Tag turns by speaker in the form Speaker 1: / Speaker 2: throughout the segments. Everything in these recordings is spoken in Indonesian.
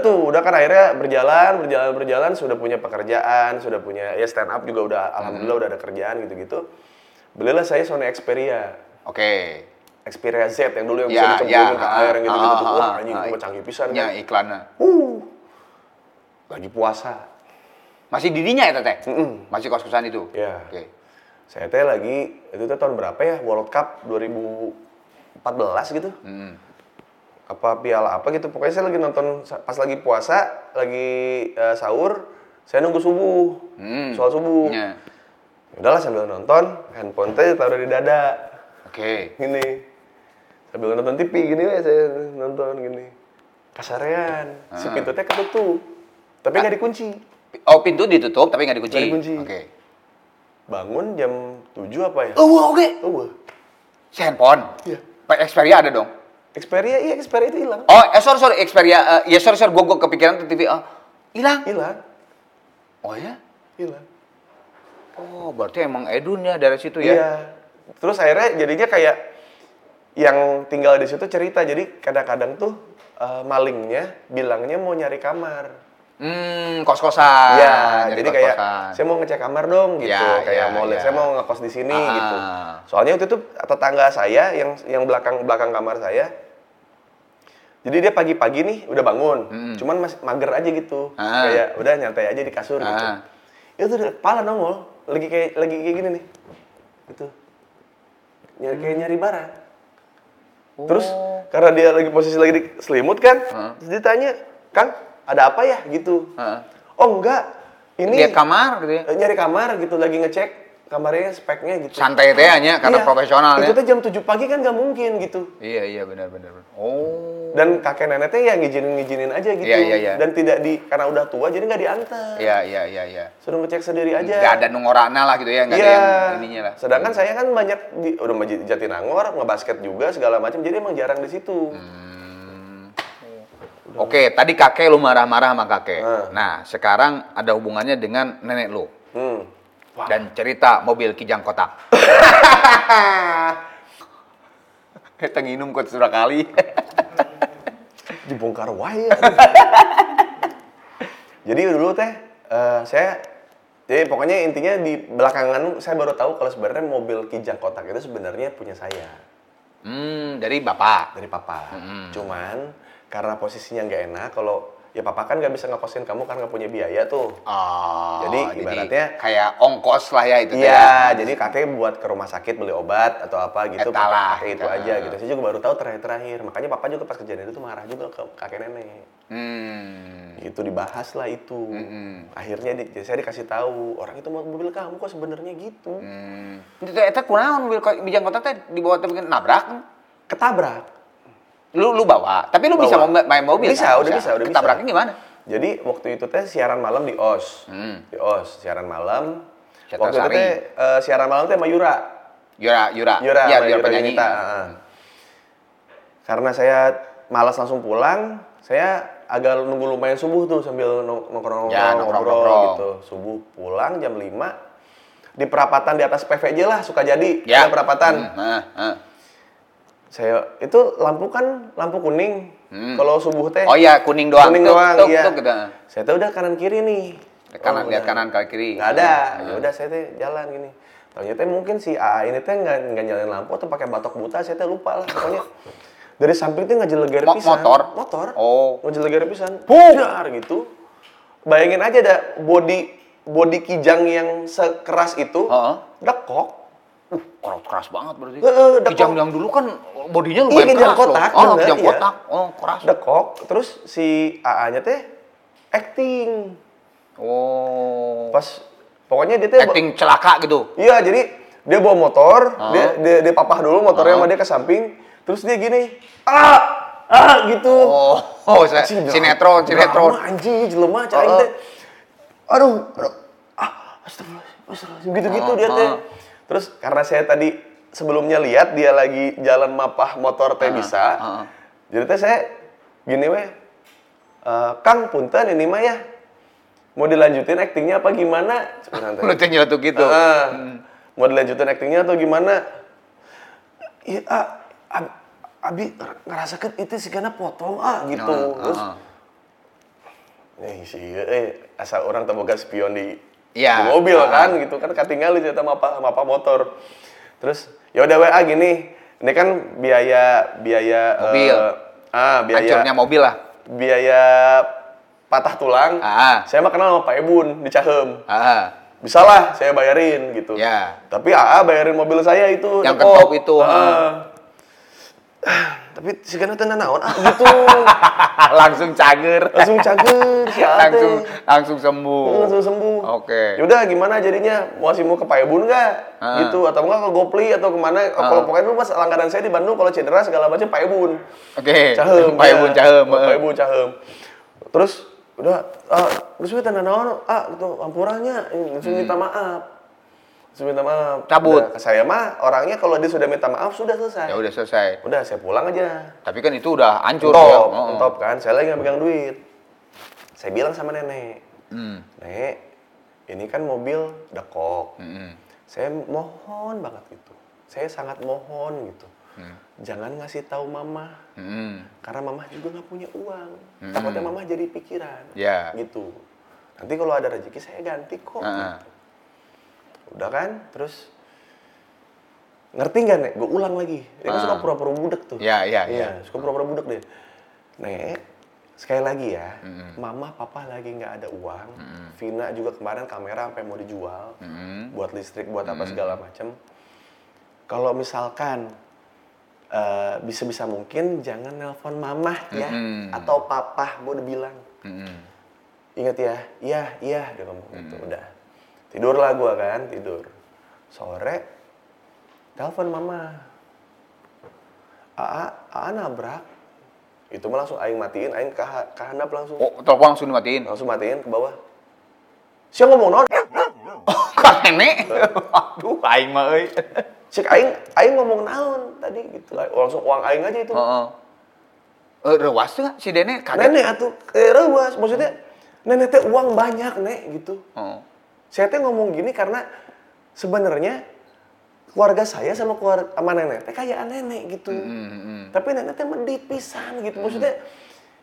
Speaker 1: tuh, udah kan akhirnya berjalan, berjalan, berjalan, sudah punya pekerjaan, sudah punya ya stand up juga udah
Speaker 2: Hmm.
Speaker 1: alhamdulillah udah ada kerjaan gitu-gitu. Belilah saya Sony Xperia.
Speaker 2: Oke.
Speaker 1: Xperia Z yang dulu yang
Speaker 2: Ya,
Speaker 1: bisa dicemplungin
Speaker 2: ya,
Speaker 1: ke
Speaker 2: ah,
Speaker 1: air yang gitu-gitu. tuh.
Speaker 2: ah,
Speaker 1: Wah,
Speaker 2: ah,
Speaker 1: anjing
Speaker 2: ah.
Speaker 1: itu mah canggih pisan.
Speaker 2: Ya
Speaker 1: kan.
Speaker 2: iklannya.
Speaker 1: Uh. Lagi puasa.
Speaker 2: Masih dirinya ya teteh? Masih kos-kosan itu?
Speaker 1: Ya.
Speaker 2: Oke.
Speaker 1: Saya teh lagi itu teh tahun berapa ya? World Cup 2014 gitu.
Speaker 2: Mm.
Speaker 1: Apa piala apa gitu. Pokoknya saya lagi nonton sa- pas lagi puasa, lagi eh, sahur, saya nunggu subuh.
Speaker 2: Hmm.
Speaker 1: Soal subuh.
Speaker 2: Ya.
Speaker 1: Udahlah sambil nonton, handphone teh taruh di dada.
Speaker 2: Oke.
Speaker 1: Gini. Sambil nonton TV gini ya saya nonton gini. Kasarean, si pintu teh ketutup. Tapi nggak dikunci.
Speaker 2: Oh pintu ditutup tapi nggak dikunci.
Speaker 1: Nggak dikunci.
Speaker 2: Oke.
Speaker 1: Bangun jam 7 apa ya?
Speaker 2: Oh wah, oke.
Speaker 1: Oh,
Speaker 2: Si handphone.
Speaker 1: Iya.
Speaker 2: Pak Xperia ada dong.
Speaker 1: Xperia, iya Xperia itu hilang.
Speaker 2: Oh, eh, sorry sorry Xperia. eh, ya sorry sorry gue gue kepikiran tuh TV. Oh, hilang.
Speaker 1: Hilang,
Speaker 2: Oh ya?
Speaker 1: hilang.
Speaker 2: Oh berarti emang Edun ya dari situ
Speaker 1: Iya.
Speaker 2: ya?
Speaker 1: Terus akhirnya jadinya kayak yang tinggal di situ cerita. Jadi kadang-kadang tuh eh, malingnya bilangnya mau nyari kamar.
Speaker 2: Hmm kos-kosan.
Speaker 1: Iya,
Speaker 2: Nyari
Speaker 1: jadi kayak
Speaker 2: kos-kosan.
Speaker 1: saya mau ngecek kamar dong gitu,
Speaker 2: Ya,
Speaker 1: kayak
Speaker 2: ya,
Speaker 1: mau lihat
Speaker 2: ya.
Speaker 1: saya mau ngekos di sini
Speaker 2: Ah.
Speaker 1: gitu. Soalnya waktu itu tetangga saya yang yang belakang belakang kamar saya, jadi dia pagi-pagi nih udah bangun, cuman masih mager aja gitu,
Speaker 2: Hmm. Ah.
Speaker 1: kayak udah nyantai aja di kasur gitu.
Speaker 2: Ah.
Speaker 1: Itu udah kepala nongol, lagi kayak lagi kayak gini nih, gitu, nyari kayak nyari barang.
Speaker 2: Oh.
Speaker 1: Terus karena dia lagi posisi lagi di selimut kan,
Speaker 2: Ah.
Speaker 1: terus dia tanya, Kang ada apa ya gitu.
Speaker 2: Heeh.
Speaker 1: Oh enggak, ini
Speaker 2: Lihat kamar gitu ya?
Speaker 1: eh, nyari kamar gitu lagi ngecek kamarnya speknya gitu.
Speaker 2: Santai teh hanya karena
Speaker 1: Iya.
Speaker 2: profesional ya.
Speaker 1: Itu teh jam 7 pagi kan nggak mungkin gitu.
Speaker 2: Iya iya benar benar. benar. Oh.
Speaker 1: Dan kakek nenek teh ya ngizinin ngizinin aja gitu.
Speaker 2: Iya, iya, iya.
Speaker 1: Dan tidak di karena udah tua jadi nggak diantar.
Speaker 2: Iya iya iya iya.
Speaker 1: Suruh ngecek sendiri aja.
Speaker 2: Nggak ada nungorana lah gitu ya, nggak
Speaker 1: Iya.
Speaker 2: ada yang ininya lah.
Speaker 1: Sedangkan saya kan banyak di udah di Jatinangor, ngebasket juga segala macam. Jadi emang jarang di situ.
Speaker 2: Oke, tadi kakek lu marah-marah sama kakek.
Speaker 1: Nah.
Speaker 2: Nah, sekarang ada hubungannya dengan nenek lu
Speaker 1: Hmm.
Speaker 2: dan cerita mobil kijang kotak. Kita nginum kot sudah kali.
Speaker 1: Dibongkar wae. Jadi dulu teh eh, saya jadi pokoknya intinya di belakangan saya baru tahu kalau sebenarnya mobil Kijang Kotak itu sebenarnya punya saya
Speaker 2: Hmm, dari bapak.
Speaker 1: dari papa. Cuman karena posisinya nggak enak kalau ya papa kan nggak bisa ngekosin kamu karena nggak punya biaya tuh.
Speaker 2: Oh,
Speaker 1: Jadi ibaratnya-
Speaker 2: kayak ongkos lah ya itu.
Speaker 1: Iya, jadi kakek buat ke rumah sakit beli obat atau apa gitu.
Speaker 2: Eta lah.
Speaker 1: pakai itu
Speaker 2: Eta.
Speaker 1: aja gitu. Saya juga baru tahu terakhir-terakhir. Makanya papa juga pas kejadian itu marah juga ke kakek nenek.
Speaker 2: Hmm.
Speaker 1: itu dibahas lah Gitu, itu
Speaker 2: Mm-mm.
Speaker 1: akhirnya di- saya dikasih tahu orang itu mau mobil kamu kok sebenarnya gitu
Speaker 2: Hmm. Itu eta kunaon mobil ko- kijang kotak teh dibawa teh bikin nabrak.
Speaker 1: ketabrak
Speaker 2: Lu lu bawa, tapi lu bisa
Speaker 1: Bawa.
Speaker 2: mo- main mobil.
Speaker 1: Bisa,
Speaker 2: kan?
Speaker 1: udah bisa, udah bisa.
Speaker 2: Ketabraknya gimana?
Speaker 1: jadi waktu itu teh siaran malam di os
Speaker 2: Hmm.
Speaker 1: di os siaran malam
Speaker 2: Syata
Speaker 1: waktu itu
Speaker 2: Sari.
Speaker 1: teh eh, siaran malam teh sama Yura
Speaker 2: Yura, Yura.
Speaker 1: Yura
Speaker 2: Iya,
Speaker 1: sama
Speaker 2: Yura
Speaker 1: Yura
Speaker 2: penyanyi.
Speaker 1: Yunita, heeh. karena saya malas langsung pulang saya agak nunggu lumayan subuh tuh sambil nong- nongkrong
Speaker 2: Ya,
Speaker 1: ngobrol
Speaker 2: nongkrong-nongkrong.
Speaker 1: gitu subuh pulang jam 5 di perapatan di atas PVJ lah suka jadi
Speaker 2: Ya.
Speaker 1: ada perapatan
Speaker 2: Hmm, heeh, heeh.
Speaker 1: saya itu lampu kan lampu kuning
Speaker 2: Hmm.
Speaker 1: kalau subuh teh
Speaker 2: Oh iya, kuning
Speaker 1: Eh,
Speaker 2: doang.
Speaker 1: kuning
Speaker 2: Tuk,
Speaker 1: doang
Speaker 2: tuk,
Speaker 1: iya
Speaker 2: tuk, gitu.
Speaker 1: saya tuh udah kanan kiri nih
Speaker 2: Kanan,
Speaker 1: udah.
Speaker 2: lihat kanan, kali kiri.
Speaker 1: nggak ada
Speaker 2: Hmm.
Speaker 1: ya udah saya teh jalan gini Taunya teh mungkin si AA ini teh nggak nggak nyalain lampu atau pakai batok buta saya teh lupa lah pokoknya dari samping teh ngejeleger
Speaker 2: Mo-
Speaker 1: pisan
Speaker 2: motor?
Speaker 1: motor
Speaker 2: Oh.
Speaker 1: ngejeleger pisan
Speaker 2: Puh.
Speaker 1: Dar, gitu bayangin aja ada body body kijang yang sekeras itu
Speaker 2: Heeh.
Speaker 1: dekok
Speaker 2: Uh, keras, keras banget berarti.
Speaker 1: Eh, eh, dekok.
Speaker 2: Kijang yang dulu kan
Speaker 1: Iya,
Speaker 2: bodinya lumayan
Speaker 1: kijang
Speaker 2: keras
Speaker 1: kotak,
Speaker 2: loh. Oh,
Speaker 1: bener,
Speaker 2: kijang
Speaker 1: iya.
Speaker 2: kotak. Oh, keras.
Speaker 1: dekok terus si AA-nya teh acting
Speaker 2: Oh.
Speaker 1: pas pokoknya dia teh
Speaker 2: Acting celaka gitu.
Speaker 1: iya jadi dia bawa motor
Speaker 2: Ah.
Speaker 1: dia, dia dia papah dulu motornya
Speaker 2: Ah.
Speaker 1: sama dia ke samping terus dia gini ah ah gitu
Speaker 2: Oh, oh, saya-
Speaker 1: Anjing,
Speaker 2: sinetron,
Speaker 1: drama,
Speaker 2: sinetron.
Speaker 1: drama, anjing jelema cara
Speaker 2: Ah.
Speaker 1: teh aduh aduh, ah astagfirullah astagfirullah gitu gitu
Speaker 2: Ah,
Speaker 1: dia teh
Speaker 2: ah.
Speaker 1: terus karena saya tadi sebelumnya lihat dia lagi jalan mapah motor teh
Speaker 2: Ah,
Speaker 1: bisa
Speaker 2: ah.
Speaker 1: jadi teh saya gini weh eh, Kang punten ini mah ya mau dilanjutin aktingnya apa gimana Cuman teh.
Speaker 2: Lu tanya tuh gitu.
Speaker 1: Ah, mau dilanjutin aktingnya atau gimana? Iya, ah, ab, abi ngerasa itu sih karena potong ah gitu.
Speaker 2: Nah,
Speaker 1: Terus
Speaker 2: ah, ah.
Speaker 1: Eh, si ieu, eh, asal orang terbuka spion di,
Speaker 2: Iya.
Speaker 1: di mobil
Speaker 2: Ah.
Speaker 1: kan gitu kan katinggal cerita sama apa sama apa motor. Terus ya udah WA gini. Ini kan biaya biaya
Speaker 2: Mobil.
Speaker 1: eh, ah, biaya
Speaker 2: Hancurnya mobil lah.
Speaker 1: biaya patah tulang.
Speaker 2: Ah.
Speaker 1: Saya mah kenal sama Pak Ebun di Cahem.
Speaker 2: Ah.
Speaker 1: Bisa lah saya bayarin gitu.
Speaker 2: Ya.
Speaker 1: Tapi AA bayarin mobil saya itu. nekop.
Speaker 2: Yang kentop itu,
Speaker 1: Ah.
Speaker 2: ah.
Speaker 1: Tapi si Gana tenang naon ah gitu.
Speaker 2: langsung cager.
Speaker 1: Langsung cager si Ate.
Speaker 2: langsung langsung sembuh.
Speaker 1: langsung sembuh.
Speaker 2: Oke.
Speaker 1: Yaudah gimana jadinya? Mau kasih mau ke Payabun nggak?
Speaker 2: Ah.
Speaker 1: Gitu atau enggak ke Gopli atau kemana? Kalau pokoknya dulu pas langganan saya di Bandung kalau cedera segala macam Payabun.
Speaker 2: Oke.
Speaker 1: Cahem.
Speaker 2: Pak Ibu cahem. Ah. eh.
Speaker 1: Payabun cahem. Terus udah ah, terus gue tanda naon ah gitu ampurannya langsung minta maaf. Langsung minta maaf.
Speaker 2: Hmm. Cabut.
Speaker 1: Udah, saya mah orangnya kalau dia sudah minta maaf sudah
Speaker 2: Ya
Speaker 1: selesai.
Speaker 2: udah selesai.
Speaker 1: Udah saya pulang aja.
Speaker 2: Tapi kan itu udah hancur ya.
Speaker 1: Top,
Speaker 2: Oh, oh.
Speaker 1: top kan. Saya lagi nggak pegang duit. Saya bilang sama nenek,
Speaker 2: Hmm.
Speaker 1: Nek, ini kan mobil dekok.
Speaker 2: Mm-mm.
Speaker 1: Saya mohon banget gitu. Saya sangat mohon gitu.
Speaker 2: Hmm.
Speaker 1: Jangan ngasih tahu mama
Speaker 2: Mm-mm.
Speaker 1: karena mama juga nggak punya uang. Takutnya mama jadi pikiran.
Speaker 2: Hmm. Ya.
Speaker 1: Gitu. Nanti kalau ada rezeki saya ganti kok.
Speaker 2: Ah, ah.
Speaker 1: gitu. Udah kan? Terus ngerti nggak nek? Gue ulang lagi. Dia kan
Speaker 2: Ah.
Speaker 1: suka pura-pura budak tuh.
Speaker 2: Ya, ya,
Speaker 1: Iya, suka pura-pura budak deh. Nek, sekali lagi ya, mama papa lagi nggak ada uang. Vina juga kemarin kamera sampai mau dijual
Speaker 2: Mm-mm.
Speaker 1: buat listrik, buat apa segala macem. Kalau misalkan eh, bisa-bisa mungkin jangan nelpon mama ya
Speaker 2: Mm-mm.
Speaker 1: atau papa, gue udah bilang.
Speaker 2: Mm-mm.
Speaker 1: Ingat ya, iya, iya, dia ngomong gitu, udah. Tidurlah gua kan, tidur. Sore, telepon mama. Aa, Aa nabrak. Itu mah langsung Aing matiin, Aing kah- kahandap langsung.
Speaker 2: Oh, telepon langsung dimatiin.
Speaker 1: Langsung matiin ke bawah. Siapa ngomong non?
Speaker 2: Kak nenek. Aduh, aing mah euy.
Speaker 1: Cek Aing, Aing ngomong naon tadi gitu. Langsung uang Aing aja itu.
Speaker 2: Heeh. Oh, Eh, rewas tuh si Dene kaget.
Speaker 1: Nenek atuh, eh, rewas. Maksudnya, nenek teh uang banyak, Nek, gitu.
Speaker 2: Heeh.
Speaker 1: Saya teh ngomong gini karena sebenarnya keluarga saya sama keluarga sama nenek teh kayak nenek gitu.
Speaker 2: Mm-mm.
Speaker 1: Tapi nenek teh medit pisan gitu. Maksudnya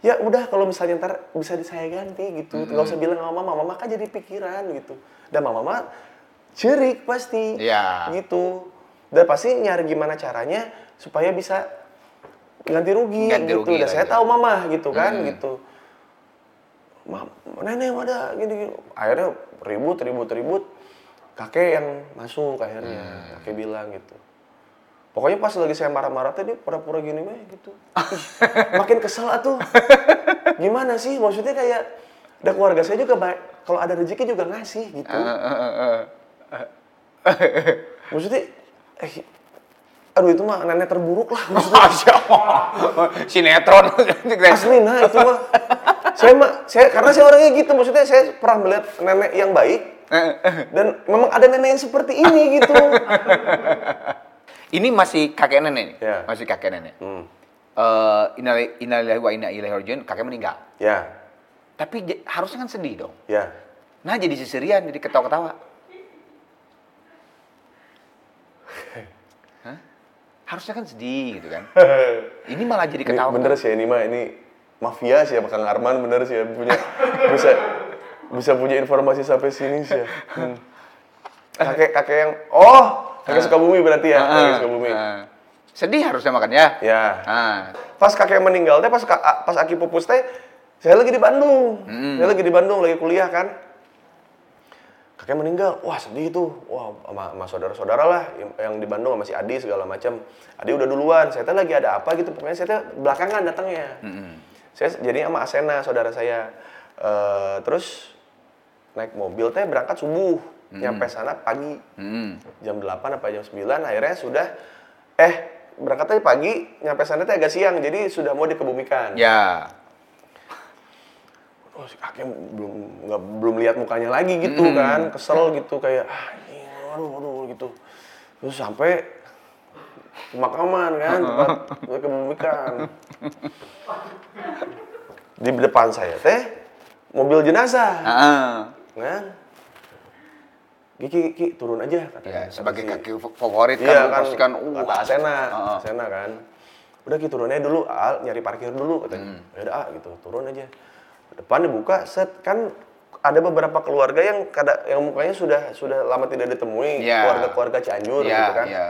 Speaker 1: ya udah kalau misalnya ntar bisa di saya ganti gitu. Nggak usah bilang sama mama, mama kan jadi pikiran gitu. Dan mama mah cerik pasti.
Speaker 2: Iya.
Speaker 1: Gitu. Dan pasti nyari gimana caranya supaya bisa ganti rugi
Speaker 2: Ganti
Speaker 1: gitu.
Speaker 2: rugi Hmm.
Speaker 1: Dan saya
Speaker 2: lagi.
Speaker 1: tahu mama gitu kan gitu. Mam, nenek ada gini, gini. Akhirnya ribut, ribut, ribut. Kakek yang masuk akhirnya,
Speaker 2: Hmm.
Speaker 1: kakek bilang gitu. Pokoknya pas lagi saya marah-marah tadi pura-pura gini mah gitu. Ih, Makin kesel atuh. Gimana sih? Maksudnya kayak ada keluarga saya juga baik. Kalau ada rezeki juga ngasih gitu.
Speaker 2: Eh, eh, eh, eh.
Speaker 1: Maksudnya eh, aduh itu mah nenek terburuk lah maksudnya.
Speaker 2: Masya Allah. Sinetron.
Speaker 1: Asli nah itu mah. saya mah saya karena saya orangnya gitu maksudnya saya pernah melihat nenek yang baik
Speaker 2: Eh,
Speaker 1: dan memang ada nenek yang seperti ini gitu.
Speaker 2: Ini masih kakek nenek nih.
Speaker 1: Iya.
Speaker 2: Masih kakek nenek.
Speaker 1: Hmm.
Speaker 2: Eh, innali- innalillahi wa inna ilaihi rajiun, kakek meninggal.
Speaker 1: Ya,
Speaker 2: Tapi j- harusnya kan sedih dong.
Speaker 1: ya.
Speaker 2: Nah jadi sisirian, jadi ketawa-ketawa. Hah? Harusnya kan sedih gitu kan. Ini malah jadi
Speaker 1: Ini
Speaker 2: ketawa.
Speaker 1: bener sih ini mah ini mafia sih ya Kang Arman bener sih ya punya bisa bisa punya informasi sampai sini sih ya. Hmm. Kakek kakek yang oh kakek Sukabumi berarti ya kakek Sukabumi.
Speaker 2: Ah. sedih harusnya makannya.
Speaker 1: Ya.
Speaker 2: Ah.
Speaker 1: Pas kakek meninggal teh pas ka- pas Aki pupus teh saya lagi di Bandung.
Speaker 2: Hmm.
Speaker 1: Saya lagi di Bandung lagi kuliah kan. Kakek meninggal, wah sedih tuh. Wah, sama, sama saudara-saudara lah yang- yang di Bandung sama si Adi segala macam. Adi udah duluan, saya teh lagi ada apa gitu. Pokoknya saya teh belakangan datangnya. Saya jadi sama Asena saudara saya. Eh, terus naik mobil teh berangkat subuh, nyampe sana pagi
Speaker 2: Mm.
Speaker 1: jam 8 apa jam 9 akhirnya sudah eh berangkatnya pagi nyampe sana teh agak siang jadi sudah mau dikebumikan
Speaker 2: Ya.
Speaker 1: oh si kakek belum nggak belum lihat mukanya lagi gitu kan kesel gitu kayak ah ini aduh aduh gitu terus sampai pemakaman kan tempat kebumikan di depan saya teh mobil jenazah
Speaker 2: Ah.
Speaker 1: kan Gigi, Gigi, turun aja katanya.
Speaker 2: Ya, sebagai
Speaker 1: Kata si-
Speaker 2: kakek favorit kan,
Speaker 1: Iya
Speaker 2: lu
Speaker 1: kan,
Speaker 2: pasti kan uh,
Speaker 1: kata Asena,
Speaker 2: Heeh.
Speaker 1: Asena
Speaker 2: Hmm.
Speaker 1: kan. Udah gitu turunnya dulu, Al nyari parkir dulu katanya. Ya udah A gitu, turun aja. depan dibuka set kan ada beberapa keluarga yang kada yang mukanya sudah sudah lama tidak ditemui
Speaker 2: Iya.
Speaker 1: keluarga-keluarga Cianjur
Speaker 2: Iya,
Speaker 1: gitu kan
Speaker 2: iya.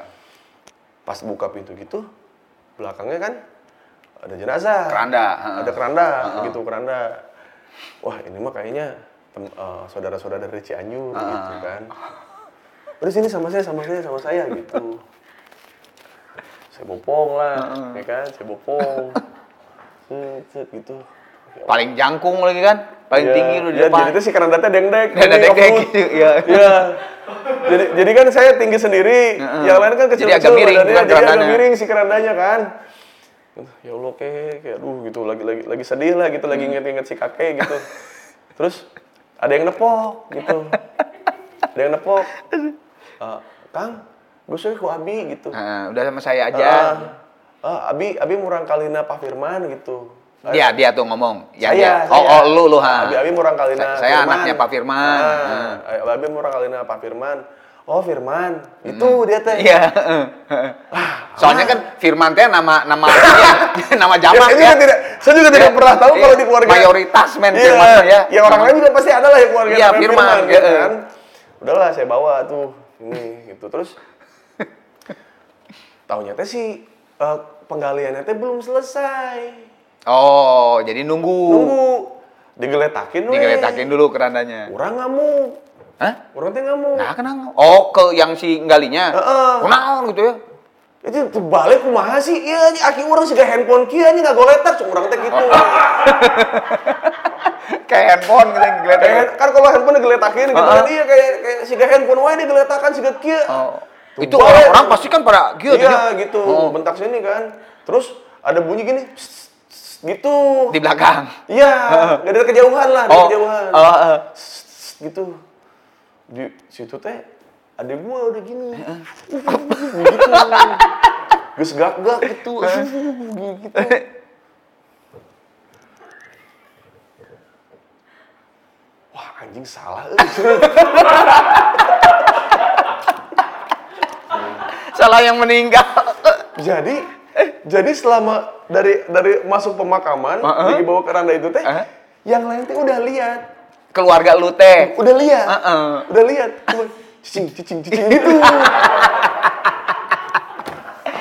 Speaker 1: pas buka pintu gitu belakangnya kan ada jenazah
Speaker 2: Keranda, ah. heeh.
Speaker 1: ada keranda gitu keranda wah ini mah kayaknya tem- eh, saudara-saudara dari Cianjur gitu kan terus ini sama saya sama saya sama saya gitu saya bopong lah ya kan saya bopong set, set, gitu
Speaker 2: Paling jangkung lagi kan? Paling
Speaker 1: Ya,
Speaker 2: tinggi lu di
Speaker 1: ya,
Speaker 2: depan.
Speaker 1: jadi itu si keranda teh dengdek
Speaker 2: Ada
Speaker 1: ini,
Speaker 2: dek-dek
Speaker 1: ngebut.
Speaker 2: gitu, ya.
Speaker 1: Iya. Jadi jadi kan saya tinggi sendiri, yang lain kan kecil-kecil.
Speaker 2: Jadi agak miring,
Speaker 1: badannya,
Speaker 2: bukan
Speaker 1: jadi agak
Speaker 2: kerandanya.
Speaker 1: miring si kerandanya kan. Ya Allah kayak kayak aduh gitu lagi lagi lagi sedih lah gitu
Speaker 2: Hmm.
Speaker 1: lagi inget-inget si kakek gitu. Terus ada yang nepok gitu. ada yang nepok. Eh, Kang, gue suka ku Abi gitu.
Speaker 2: Heeh, udah sama saya aja.
Speaker 1: Ah, ah, Abi Abi murang kalina Pak Firman gitu.
Speaker 2: dia dia tuh ngomong.
Speaker 1: Saya,
Speaker 2: Ya,
Speaker 1: Iya.
Speaker 2: dia. Oh,
Speaker 1: saya.
Speaker 2: oh, lu lu ha.
Speaker 1: Abi Abi murang kalina.
Speaker 2: Sa- saya anaknya Pak Firman.
Speaker 1: Ah, Abi Abi murang kalina Pak Firman. Oh Firman, itu dia teh.
Speaker 2: Iya.
Speaker 1: Ah,
Speaker 2: Soalnya kan Firman teh nama nama nama
Speaker 1: Ya, saya
Speaker 2: jamak ya.
Speaker 1: juga tidak, saya juga tidak
Speaker 2: Iya.
Speaker 1: pernah tahu
Speaker 2: Iya.
Speaker 1: kalau di keluarga.
Speaker 2: Mayoritas men
Speaker 1: Iya,
Speaker 2: Firman teh ya.
Speaker 1: Ya orang
Speaker 2: Nama-
Speaker 1: lain juga pasti ada lah yang keluarga
Speaker 2: Iya,
Speaker 1: namanya
Speaker 2: Firman,
Speaker 1: gitu
Speaker 2: iya.
Speaker 1: kan. Udahlah saya bawa tuh ini gitu terus. Tahunya teh sih eh, penggaliannya teh belum selesai.
Speaker 2: Oh, jadi nunggu.
Speaker 1: Nunggu digeletakin weh.
Speaker 2: Digeletakin dulu kerandanya.
Speaker 1: Orang ngamuk.
Speaker 2: Hah?
Speaker 1: Orang teh ngamuk.
Speaker 2: Nah, kenang. Oh, ke yang si galinya.
Speaker 1: Heeh.
Speaker 2: Kunaon gitu ya.
Speaker 1: Itu terbalik kumaha sih? Iya, anjing, aki orang siga handphone kieu anjing ngagoletak cuma urang teh gitu.
Speaker 2: Kayak handphone gitu yang
Speaker 1: Kayak
Speaker 2: digeletak.
Speaker 1: hand- kan kalau handphone digeletakin gitu
Speaker 2: Heeh.
Speaker 1: kan iya kayak kayak siga handphone wae digeletakan siga kieu.
Speaker 2: Ah, Oh. Itu
Speaker 1: Terbalik.
Speaker 2: orang-orang pasti kan pada gitu
Speaker 1: Iya, gitu. Bentak sini kan. Terus ada bunyi gini. "Psst, psst," gitu.
Speaker 2: di belakang.
Speaker 1: Iya, nggak dari kejauhan lah, dari
Speaker 2: Oh.
Speaker 1: kejauhan.
Speaker 2: oh, oh.
Speaker 1: Psst, psst, gitu. Di situ teh ada gua udah gini. gitu. Gus gak-gak gitu. gitu. Wah, anjing salah. euy.
Speaker 2: Salah yang meninggal.
Speaker 1: jadi eh, jadi selama dari dari masuk pemakaman
Speaker 2: Heeh.
Speaker 1: dibawa ke randa itu teh
Speaker 2: Heeh.
Speaker 1: yang lain teh udah lihat
Speaker 2: Keluarga lu teh.
Speaker 1: udah lihat
Speaker 2: Heeh.
Speaker 1: udah lihat cuma cicing cicing cicing gitu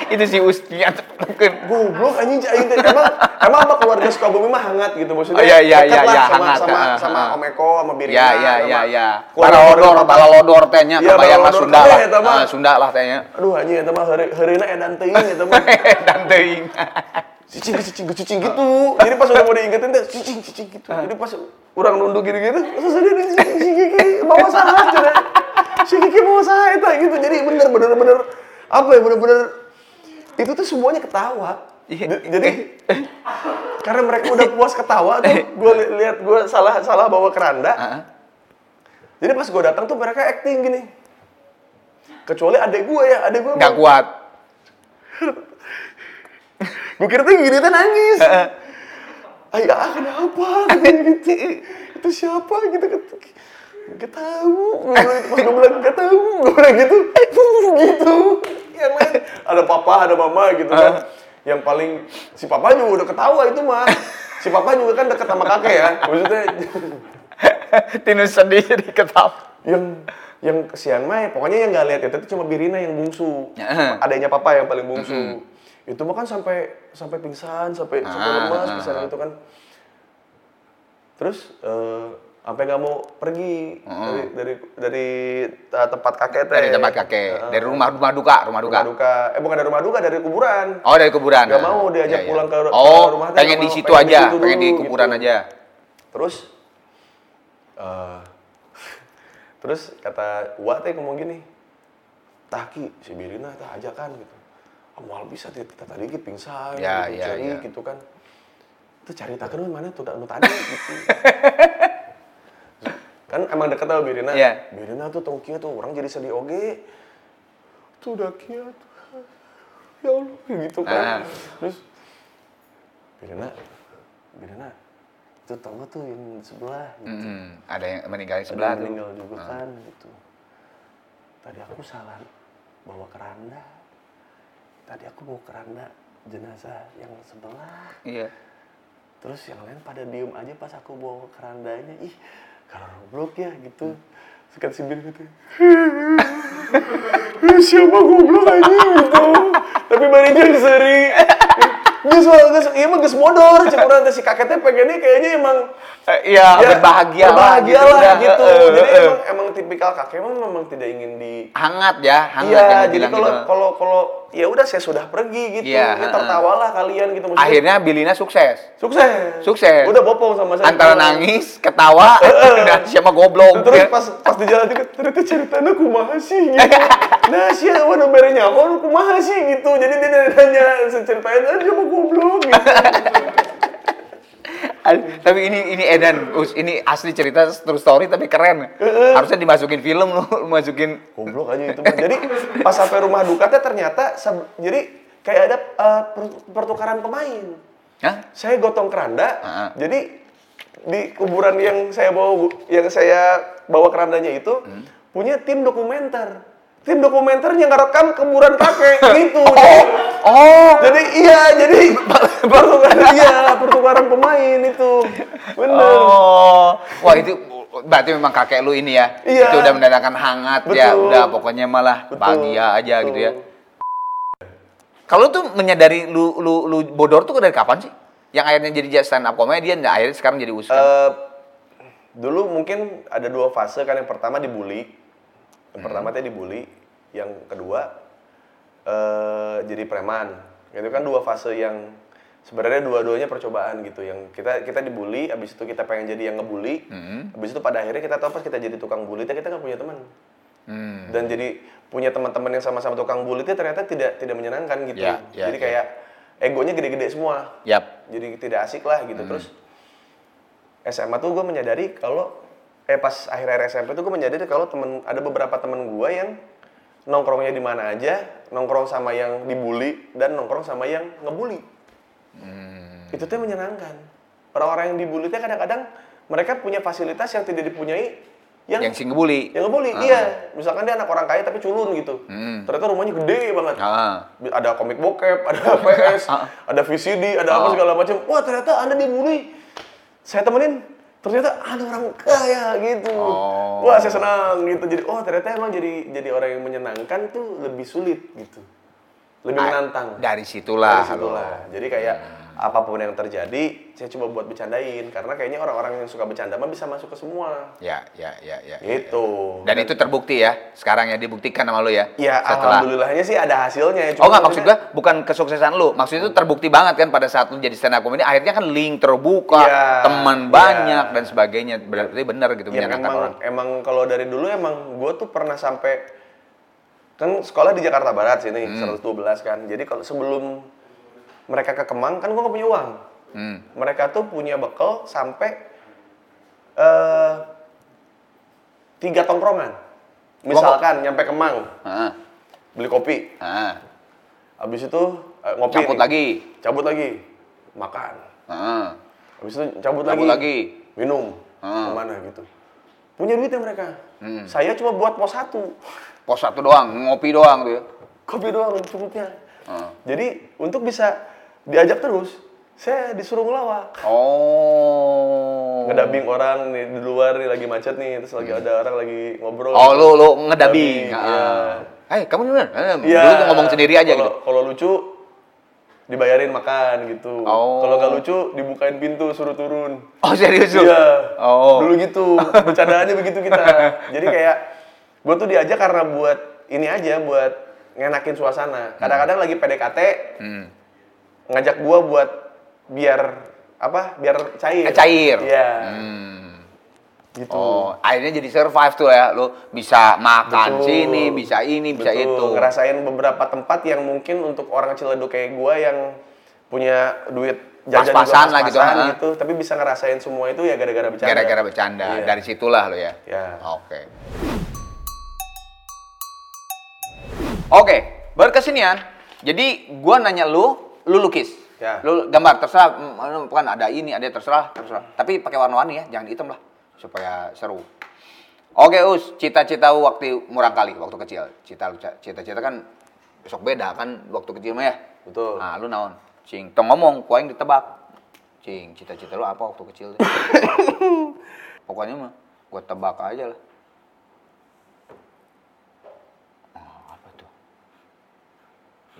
Speaker 2: Itu si Ustinya
Speaker 1: goblok anjing cai teh emang emang sama keluarga Sukabumi mah hangat gitu maksudnya
Speaker 2: Oh, iya,
Speaker 1: dekat
Speaker 2: iya, iya,
Speaker 1: lah
Speaker 2: iya,
Speaker 1: sama,
Speaker 2: hangat,
Speaker 1: sama
Speaker 2: heeh,
Speaker 1: sama
Speaker 2: heeh.
Speaker 1: Om Eko sama Birina
Speaker 2: Ya, ya,
Speaker 1: sama
Speaker 2: ya, ya.
Speaker 1: keluarga-
Speaker 2: Balalodor, balalodor tehnya.
Speaker 1: Iya,
Speaker 2: Kebayang mah
Speaker 1: balalodor
Speaker 2: Sunda
Speaker 1: teh,
Speaker 2: lah.
Speaker 1: eta mah.
Speaker 2: Eh, Sunda lah tehnya.
Speaker 1: aduh anjing eta mah hari harina edan teuing eta mah
Speaker 2: Dan teuing.
Speaker 1: cicing cicing cicing gitu jadi pas udah mau diingetin teh cicing cicing gitu jadi pas orang nunduk gini gitu terus dia nih, si si kiki bawa salah cina si kiki bawa salah itu gitu jadi bener bener bener apa ya bener bener itu tuh semuanya ketawa D- jadi karena mereka udah puas ketawa tuh gue lihat gue salah salah bawa keranda
Speaker 2: Heeh.
Speaker 1: jadi pas gue datang tuh mereka acting gini kecuali adek gue ya adek gue
Speaker 2: Nggak kuat.
Speaker 1: gue kira tuh gini tuh nangis ayah ah, kenapa Kayak gitu itu siapa gitu Ket- gak tahu gue bilang- pas gue bilang gak tahu gue bilang gitu gitu yang lain ada papa ada mama gitu kan yang paling si papa juga udah ketawa itu mah si papa juga kan deket sama kakek ya maksudnya
Speaker 2: Tinus sedih jadi ketawa.
Speaker 1: yang yang kesian mah ya, pokoknya yang nggak lihat itu tuh cuma Birina yang bungsu
Speaker 2: Heeh.
Speaker 1: adanya papa yang paling bungsu itu mah kan sampai sampai pingsan sampai sampai
Speaker 2: Ah,
Speaker 1: lemas
Speaker 2: ah,
Speaker 1: pingsan itu kan terus eh, sampai nggak mau pergi dari dari dari eh, tempat kakek teh
Speaker 2: Dari tempat kakek. Dari rumah rumah duka, rumah duka.
Speaker 1: rumah duka eh bukan dari rumah duka dari kuburan
Speaker 2: Oh dari kuburan.
Speaker 1: Nggak
Speaker 2: Nah.
Speaker 1: mau diajak
Speaker 2: Iya, iya.
Speaker 1: pulang ke- ke
Speaker 2: Oh,
Speaker 1: rumah teh,
Speaker 2: pengen
Speaker 1: nggak
Speaker 2: di
Speaker 1: mau.
Speaker 2: situ
Speaker 1: Pengen di
Speaker 2: aja,
Speaker 1: situ
Speaker 2: pengen di
Speaker 1: dulu,
Speaker 2: kuburan
Speaker 1: gitu.
Speaker 2: aja.
Speaker 1: terus eh, terus kata Wah teh ngomong gini taki si Birina tah ajakan gitu amal bisa teh teh tadi gitu pingsan
Speaker 2: Ya,
Speaker 1: gitu,
Speaker 2: ya,
Speaker 1: cari
Speaker 2: ya.
Speaker 1: gitu kan itu cari takan mana tuh dak nu tadi gitu kan emang deket sama Birina
Speaker 2: Iya.
Speaker 1: Birina tuh tong kieu tuh orang jadi sedih oge tuh udah kieu tuh ya Allah gitu kan
Speaker 2: Ah.
Speaker 1: terus Birina Birina itu tahu tuh yang sebelah gitu.
Speaker 2: Mm-mm. Ada yang meninggal di
Speaker 1: Ada yang
Speaker 2: sebelah tuh. Nah.
Speaker 1: meninggal juga kan gitu. Tadi aku salah bawa keranda. Tadi aku bawa keranda jenazah yang sebelah.
Speaker 2: Iya.
Speaker 1: terus yang lain pada diem aja pas aku bawa ke kerandanya ih kalau goblok ya gitu sekat si bin gitu "Ih, siapa goblok aja gitu tapi manajer seri Gus, gus, iya mah gus modor, cuma nanti si kakeknya pengennya kayaknya emang ya,
Speaker 2: Iya, berbahagia lah.
Speaker 1: berbahagia lah
Speaker 2: udah.
Speaker 1: gitu.
Speaker 2: Eh, eh,
Speaker 1: Jadi
Speaker 2: eh.
Speaker 1: emang emang tipikal kakek emang memang tidak ingin di
Speaker 2: hangat ya, hangat yang
Speaker 1: Iya, jadi
Speaker 2: dibilang
Speaker 1: kalau
Speaker 2: gitu.
Speaker 1: kalau kalau ya udah saya sudah pergi gitu.
Speaker 2: Iya,
Speaker 1: Ya,
Speaker 2: heeh.
Speaker 1: tertawalah kalian gitu maksudnya.
Speaker 2: Akhirnya Bilina sukses.
Speaker 1: sukses.
Speaker 2: Sukses.
Speaker 1: Udah bopong sama saya.
Speaker 2: Antara nangis, ketawa, dan siapa goblok.
Speaker 1: Terus
Speaker 2: ya.
Speaker 1: pas pas di jalan itu ternyata ceritanya kumaha sih gitu. Nah, sih anu bere nyaho kumaha sih gitu. Jadi dia nanya ceritain ah, dia mau goblok gitu.
Speaker 2: Aduh, tapi ini ini Edan, Us, ini asli cerita true story tapi keren. Harusnya dimasukin film lu, lu masukin
Speaker 1: goblok aja itu mah. Jadi pas sampai rumah duka teh ternyata seb- jadi kayak ada eh, per- pertukaran pemain.
Speaker 2: Hah?
Speaker 1: saya gotong keranda.
Speaker 2: Heeh.
Speaker 1: Jadi di kuburan yang saya bawa yang saya bawa kerandanya itu
Speaker 2: Hmm.
Speaker 1: punya tim dokumenter. Tim dokumenternya ngerekam kuburan kakek gitu. Jadi,
Speaker 2: Oh,
Speaker 1: jadi iya, jadi pertukaran iya, pertukaran pemain itu. Bener.
Speaker 2: Oh, wah itu berarti memang kakek lu ini ya.
Speaker 1: Iya.
Speaker 2: Itu udah mendatangkan hangat ya,
Speaker 1: Betul.
Speaker 2: udah pokoknya malah
Speaker 1: Betul,
Speaker 2: bahagia aja
Speaker 1: betul.
Speaker 2: gitu ya. Kalau tuh menyadari lu lu lu bodor tuh dari kapan sih? Yang akhirnya jadi stand up comedian, dan akhirnya sekarang jadi usaha.
Speaker 1: Eh, dulu mungkin ada dua fase kan yang pertama dibully. Yang pertama
Speaker 2: Hmm.
Speaker 1: teh dibully, yang kedua eh jadi preman. Itu kan dua fase yang sebenarnya dua-duanya percobaan gitu. Yang kita kita dibully, abis itu kita pengen jadi yang ngebully. Abis itu pada akhirnya kita tahu pas kita jadi tukang bully, teh kita nggak punya teman.
Speaker 2: Hmm.
Speaker 1: Dan jadi punya teman-teman yang sama-sama tukang bully itu ternyata tidak tidak menyenangkan gitu.
Speaker 2: Ya, ya,
Speaker 1: jadi
Speaker 2: ya.
Speaker 1: kayak egonya gede-gede semua
Speaker 2: Yap.
Speaker 1: jadi tidak asik lah gitu terus SMA tuh gue menyadari kalau eh pas akhir-akhir SMP tuh gue menyadari kalau temen ada beberapa temen gue yang nongkrongnya di mana aja nongkrong sama yang dibully dan nongkrong sama yang ngebully itu tuh menyenangkan orang-orang yang dibully tuh kadang-kadang mereka punya fasilitas yang tidak dipunyai yang
Speaker 2: Yang sing ngebully.
Speaker 1: yang ngebully iya misalkan dia anak orang kaya tapi culun gitu ternyata rumahnya gede banget
Speaker 2: Ah.
Speaker 1: ada komik bokep, ada PS, ada VCD, ada apa
Speaker 2: Ah.
Speaker 1: segala macam. Wah ternyata anda dibully. Saya temenin, ternyata ada orang kaya gitu.
Speaker 2: Oh.
Speaker 1: Wah saya senang gitu. Jadi oh ternyata emang jadi jadi orang yang menyenangkan tuh lebih sulit gitu,
Speaker 2: Ah.
Speaker 1: lebih menantang.
Speaker 2: Dari situlah.
Speaker 1: Dari situlah. Jadi kayak
Speaker 2: Hmm.
Speaker 1: apapun yang terjadi, saya coba buat bercandain karena kayaknya orang-orang yang suka bercanda mah bisa masuk ke semua.
Speaker 2: lo. Ya, ya, ya, ya. ya.
Speaker 1: Gitu.
Speaker 2: Dan itu terbukti ya, sekarang ya dibuktikan sama lu ya.
Speaker 1: Ya
Speaker 2: setelah
Speaker 1: alhamdulillahnya sih ada hasilnya ya.
Speaker 2: Oh
Speaker 1: Cuma
Speaker 2: nggak maksud gua bukan kesuksesan lu, maksudnya itu terbukti banget kan pada saat lu jadi stand up comedy akhirnya kan link terbuka,
Speaker 1: Iya, iya.
Speaker 2: teman banyak dan sebagainya. Berarti benar gitu
Speaker 1: Ya,
Speaker 2: menyenangkan orang.
Speaker 1: emang, emang kalau dari dulu emang gue tuh pernah sampai kan sekolah di Jakarta Barat sini
Speaker 2: Hmm.
Speaker 1: 112 kan. Jadi kalau sebelum mereka ke Kemang kan gue gak punya uang.
Speaker 2: Hmm.
Speaker 1: Mereka tuh punya bekal sampai eh tiga tongkrongan. Misalkan nyampe Kemang
Speaker 2: Ah,
Speaker 1: beli kopi,
Speaker 2: ah.
Speaker 1: habis itu eh, ngopi,
Speaker 2: Cabut
Speaker 1: nih.
Speaker 2: lagi.
Speaker 1: cabut lagi, makan,
Speaker 2: Ah.
Speaker 1: habis itu cabut,
Speaker 2: Cabut lagi.
Speaker 1: minum
Speaker 2: Ah. Hmm.
Speaker 1: kemana gitu punya duit ya mereka saya cuma buat pos satu
Speaker 2: Pos satu doang, ngopi doang tuh. ya.
Speaker 1: kopi doang cukupnya
Speaker 2: Ah.
Speaker 1: jadi untuk bisa diajak terus saya disuruh ngelawak
Speaker 2: Oh. Hmm.
Speaker 1: ngedabing orang nih di luar nih lagi macet nih terus lagi ada orang lagi ngobrol
Speaker 2: Oh lu lu ngedabing.
Speaker 1: Ngedabing,
Speaker 2: Ah.
Speaker 1: iya.
Speaker 2: Eh, kamu gimana? Eh,
Speaker 1: Iya.
Speaker 2: Dulu tuh ngomong sendiri aja
Speaker 1: Kalau-
Speaker 2: gitu.
Speaker 1: kalau lucu dibayarin makan gitu
Speaker 2: Oh.
Speaker 1: kalau nggak lucu dibukain pintu suruh turun
Speaker 2: Oh serius lu?
Speaker 1: Iya.
Speaker 2: Oh.
Speaker 1: Dulu gitu. Bercandaannya begitu kita. Jadi kayak gue tuh diajak karena buat ini aja buat ngenakin suasana. Kadang-kadang lagi PDKT
Speaker 2: Hmm.
Speaker 1: ngajak gue buat biar apa? Biar cair.
Speaker 2: Eh, cair.
Speaker 1: Iya.
Speaker 2: Hmm.
Speaker 1: Gitu.
Speaker 2: Oh, akhirnya jadi survive tuh ya. Lu bisa
Speaker 1: Betul.
Speaker 2: makan kan sini, bisa ini, bisa
Speaker 1: Betul.
Speaker 2: itu.
Speaker 1: Ngerasain beberapa tempat yang mungkin untuk orang ciledug kayak gue yang punya duit jajan juga
Speaker 2: Pas-pasan lah gitu,
Speaker 1: pas-pasan
Speaker 2: ha.
Speaker 1: gitu, tapi bisa ngerasain semua itu ya gara-gara bercanda.
Speaker 2: Gara-gara bercanda.
Speaker 1: Iya.
Speaker 2: Dari situlah lo ya.
Speaker 1: Iya.
Speaker 2: Oke. Oke, berkesinian. Jadi gua nanya lu, lu lukis.
Speaker 1: Ya.
Speaker 2: Lu gambar terserah mm, bukan ada ini, ada terserah, terserah. Tapi pakai warna-warni ya, jangan hitam lah supaya seru. Oke, Us, cita-cita lu waktu murang kali waktu kecil. Cita cita-cita kan besok beda kan waktu kecil mah ya.
Speaker 1: Betul.
Speaker 2: Nah, lu naon? Cing, tong ngomong, ku aing ditebak. Cing, cita-cita lu apa waktu kecil? tuh? Pokoknya mah, gue tebak aja lah. Ah, apa tuh?